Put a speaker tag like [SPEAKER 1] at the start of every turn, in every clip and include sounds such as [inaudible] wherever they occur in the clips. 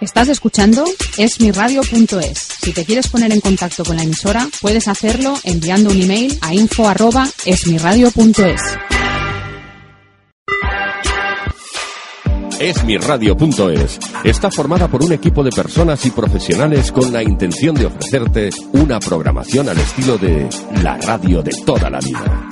[SPEAKER 1] Estás escuchando esmiradio.es. Si te quieres poner en contacto con la emisora, puedes hacerlo enviando un email a info@esmiradio.es.
[SPEAKER 2] Esmirradio.es está formada por un equipo de personas y profesionales con la intención de ofrecerte una programación al estilo de la radio de toda la vida.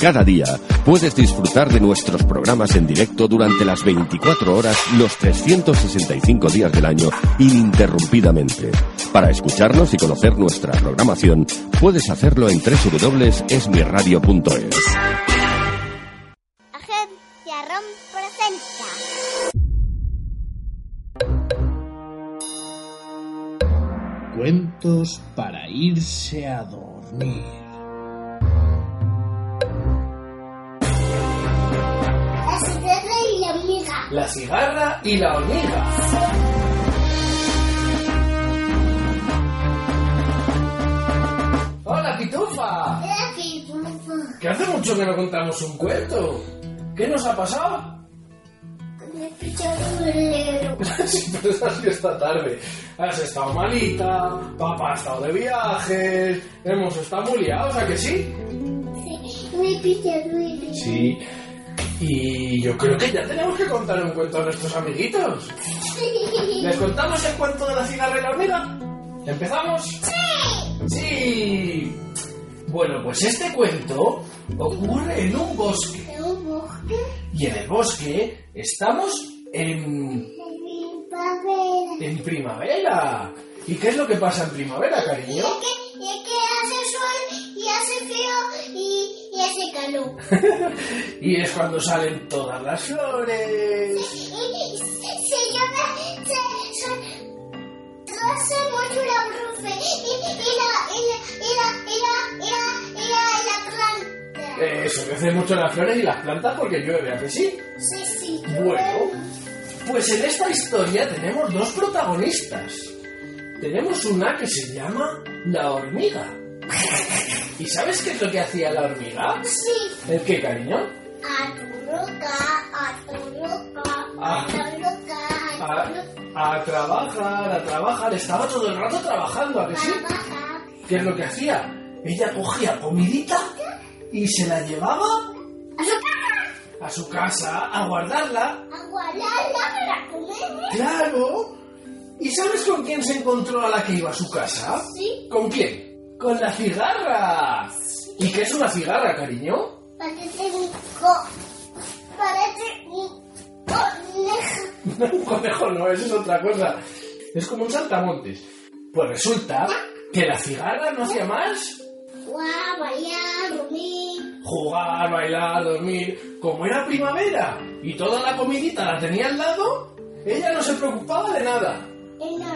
[SPEAKER 2] Cada día puedes disfrutar de nuestros programas en directo durante las 24 horas, los 365 días del año, ininterrumpidamente. Para escucharnos y conocer nuestra programación, puedes hacerlo en www.esmirradio.es.
[SPEAKER 3] Agencia ROM presenta.
[SPEAKER 4] Cuentos para irse a dormir.
[SPEAKER 3] La secreta y la amiga.
[SPEAKER 5] La cigarra y la hormiga. ¡Hola, pitufa!
[SPEAKER 3] Era que fufa.
[SPEAKER 5] Que hace mucho que no contamos un cuento. ¿Qué nos ha pasado? [laughs]
[SPEAKER 3] Con el pichado negro.
[SPEAKER 5] Sí, pero eso ha sido esta tarde. Has estado malita, papá ha estado de viajes, hemos estado muy liados, ¿a que sí?
[SPEAKER 3] Sí, me pichado negro.
[SPEAKER 5] Sí. Y yo creo que ya tenemos que contar un cuento a nuestros amiguitos. ¿Les contamos el cuento de la cigarra y la hormiga? ¿Empezamos? ¡Sí! ¡Sí! Bueno, pues este cuento ocurre en un bosque.
[SPEAKER 3] En un bosque
[SPEAKER 5] Y en el bosque estamos en,
[SPEAKER 3] de mi papel.
[SPEAKER 5] en primavera. ¿Y qué es lo que pasa en primavera,
[SPEAKER 3] Y es
[SPEAKER 5] cariño?
[SPEAKER 3] que, y es que hace sol y hace frío y, y hace calor.
[SPEAKER 5] Y es cuando salen todas las flores.
[SPEAKER 3] Y se- se llama se, se roce mucho la brufe y, y la y la y la y la y la y la, y la planta
[SPEAKER 5] Eso, crecen mucho las flores y las plantas porque llueve, ¿a que sí?
[SPEAKER 3] sí sí
[SPEAKER 5] Bueno, pues en esta historia tenemos dos protagonistas. Tenemos una que se llama la hormiga. ¿Y sabes qué es lo que hacía la hormiga?
[SPEAKER 3] sí
[SPEAKER 5] ¿El qué, cariño?
[SPEAKER 3] a tu loca a tu loca a
[SPEAKER 5] Ah.
[SPEAKER 3] tu loca a
[SPEAKER 5] A,
[SPEAKER 3] tu loca
[SPEAKER 5] a trabajar, a trabajar. Estaba todo el rato trabajando, ¿a que sí?
[SPEAKER 3] trabaja
[SPEAKER 5] ¿Qué es lo que hacía? Ella cogía comidita y se la llevaba
[SPEAKER 3] a su casa
[SPEAKER 5] a su casa a guardarla.
[SPEAKER 3] a guardarla para comer
[SPEAKER 5] ¡Claro! ¿Y sabes con quién se encontró a la que iba a su casa?
[SPEAKER 3] sí
[SPEAKER 5] ¿Con quién? Con la cigarra. ¿Y qué es una cigarra, cariño? [laughs]
[SPEAKER 3] parece un co parece un conejo
[SPEAKER 5] Un conejo no, eso es otra cosa. Es como un saltamontes. Pues resulta que la cigarra no hacía más
[SPEAKER 3] guau vaya dormir
[SPEAKER 5] jugar, bailar, dormir. Como era primavera y toda la comidita la tenía al lado, ella no se preocupaba de nada.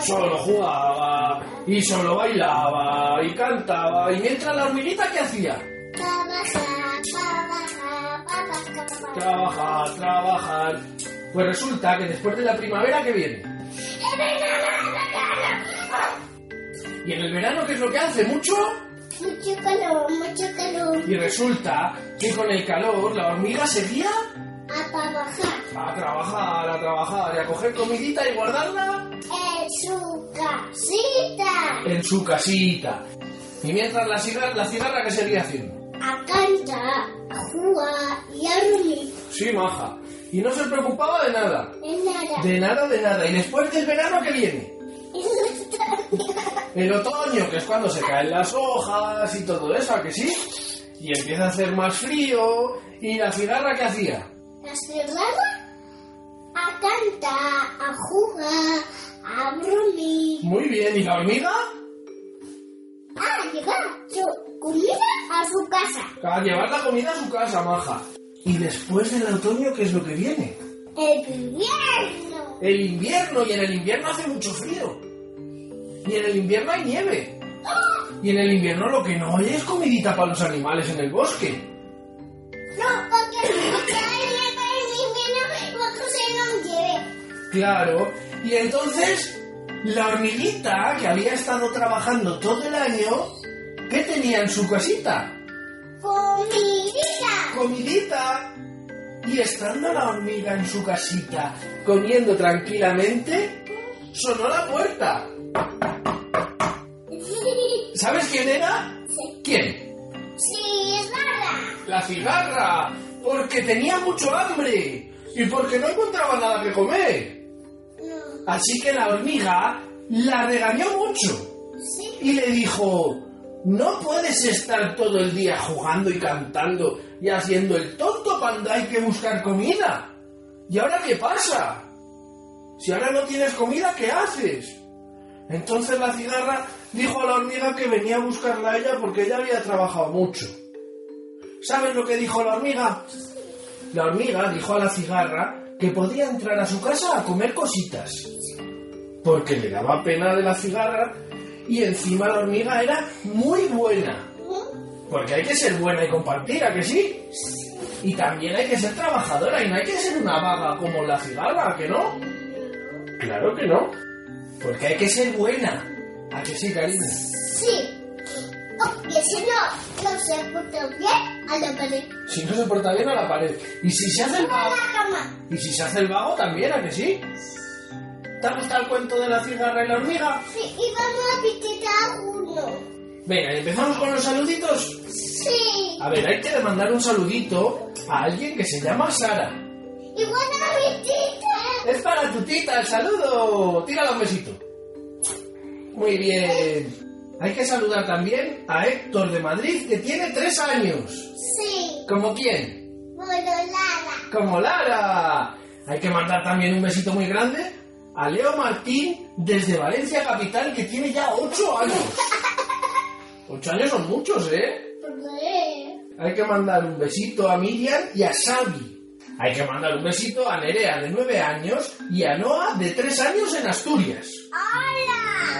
[SPEAKER 5] Solo jugaba y solo bailaba y cantaba. Y mientras la hormiguita, ¿qué hacía? Trabajar, trabajar. Pues resulta que después de la primavera, ¿qué viene? Y en el verano, ¿qué es lo que hace? ¿Mucho?
[SPEAKER 3] Mucho calor, mucho calor.
[SPEAKER 5] Y resulta que con el calor la hormiga seguía
[SPEAKER 3] A trabajar.
[SPEAKER 5] a trabajar, a trabajar y a coger comidita y guardarla
[SPEAKER 3] En su casita.
[SPEAKER 5] en su casita. Y mientras la cigarra, la cigarra que seguía haciendo.
[SPEAKER 3] A cantar, a jugar y a dormir.
[SPEAKER 5] Sí, maja. Y no se preocupaba de nada.
[SPEAKER 3] De nada.
[SPEAKER 5] De nada, de nada. Y después del verano que viene. El otoño, que es cuando se caen las hojas y todo eso, ¿a que sí? Y empieza a hacer más frío. ¿Y la cigarra qué hacía?
[SPEAKER 3] La cerrada. A cantar, a jugar, a dormir.
[SPEAKER 5] Muy bien. ¿Y la hormiga?
[SPEAKER 3] A llegar Ah, su comida a su casa.
[SPEAKER 5] A llevar la comida a su casa, maja. Y después del otoño, ¿qué es lo que viene?
[SPEAKER 3] El invierno.
[SPEAKER 5] El invierno, y en el invierno hace mucho frío. Y en el invierno hay nieve. Y en el invierno lo que no hay es comidita para los animales en el bosque.
[SPEAKER 3] No, porque, porque hay nieve en invierno porque se nos lleve.
[SPEAKER 5] Claro. Y entonces, la hormiguita que había estado trabajando todo el año, ¿qué tenía en su casita?
[SPEAKER 3] [laughs] Comidita.
[SPEAKER 5] Comidita. Y estando la hormiga en su casita, comiendo tranquilamente, sonó la puerta. ¿Sabes quién era? ¿Quién?
[SPEAKER 3] Sí, es barra.
[SPEAKER 5] La cigarra. Porque tenía mucho hambre. Y porque no encontraba nada que comer.
[SPEAKER 3] No.
[SPEAKER 5] Así que la hormiga la regañó mucho.
[SPEAKER 3] Sí.
[SPEAKER 5] Y le dijo, no puedes estar todo el día jugando y cantando y haciendo el tonto cuando hay que buscar comida. ¿Y ahora qué pasa? Si ahora no tienes comida, ¿qué haces? Entonces la cigarra dijo a la hormiga que venía a buscarla a ella porque ella había trabajado mucho. ¿Sabes lo que dijo la hormiga? La hormiga dijo a la cigarra que podía entrar a su casa a comer cositas. Porque le daba pena de la cigarra y encima la hormiga era muy buena. Porque hay que ser buena y compartir, ¿a que sí? Y también hay que ser trabajadora y no hay que ser una vaga como la cigarra, ¿a que no? Claro que no. Porque hay que ser buena. ¿A que sí, cariño?
[SPEAKER 3] Sí. Porque si no, no se porta bien a la pared.
[SPEAKER 5] Si no se porta bien a la pared. Y si se hace el
[SPEAKER 3] A
[SPEAKER 5] vago...
[SPEAKER 3] la cama.
[SPEAKER 5] Y si se hace el vago también, ¿a que sí? ¿Te ha gustado el cuento de la cigarra y la hormiga?
[SPEAKER 3] Sí, y vamos a visitar uno.
[SPEAKER 5] Venga, ¿y empezamos con los saluditos.
[SPEAKER 3] Sí.
[SPEAKER 5] A ver, hay que mandar un saludito a alguien que se llama Sara.
[SPEAKER 3] Y buena visita.
[SPEAKER 5] Es para tu tita el saludo. Tírala un besito. Muy bien. Hay que saludar también a Héctor de Madrid, que tiene tres años.
[SPEAKER 3] Sí.
[SPEAKER 5] ¿Como quién?
[SPEAKER 3] Vololada.
[SPEAKER 5] Como Lara. Hay que mandar también un besito muy grande a Leo Martín desde Valencia Capital, que tiene ya ocho años. Ocho años son muchos, ¿eh?
[SPEAKER 3] Porque
[SPEAKER 5] Hay que mandar un besito a Miriam y a Xavi. Hay que mandar un besito a Nerea de 9 años y a Noah de 3 años en Asturias.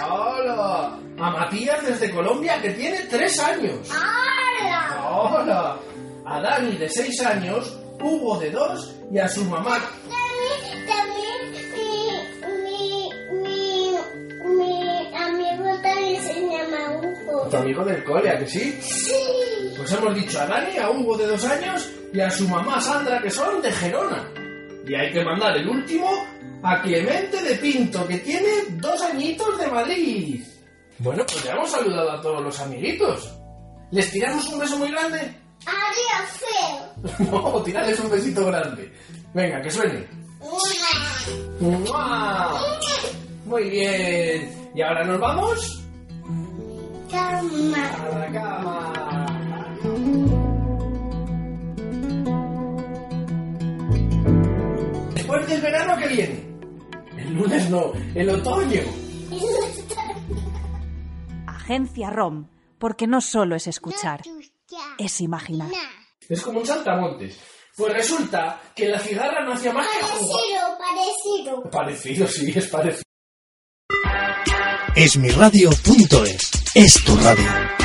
[SPEAKER 3] ¡Hola!
[SPEAKER 5] ¡Hola! A Matías desde Colombia que tiene 3 años.
[SPEAKER 3] ¡Hola!
[SPEAKER 5] ¡Hola! A Dani de 6 años, Hugo de 2 y a su mamá.
[SPEAKER 3] También, también mi, mi, mi, mi amigo también se llama
[SPEAKER 5] Tu
[SPEAKER 3] Hugo.
[SPEAKER 5] amigo del cole, ¿a que sí?
[SPEAKER 3] Sí.
[SPEAKER 5] Pues hemos dicho a Dani, a Hugo de 2 años y a su mamá Sandra que son de Gerona. Y hay que mandar el último a Clemente de Pinto, que tiene dos añitos de Madrid. Bueno, pues ya hemos saludado a todos los amiguitos. ¿Les tiramos un beso muy grande? [laughs]
[SPEAKER 3] Adiós, feo.
[SPEAKER 5] No, tirarles un besito grande. Venga, que suene.
[SPEAKER 3] Hola.
[SPEAKER 5] ¡Mua! Muy bien. Y ahora nos vamos
[SPEAKER 3] Cama.
[SPEAKER 5] a la cama. Después del verano que viene. El lunes no, el otoño.
[SPEAKER 6] Agencia ROM, porque no solo es escuchar, es imaginar.
[SPEAKER 5] Es como un saltamontes. Pues resulta que la cigarra no hacía más que jugar.
[SPEAKER 3] Parecido, parecido.
[SPEAKER 5] Parecido, sí, es parecido.
[SPEAKER 7] esmiradio.es. Es tu radio.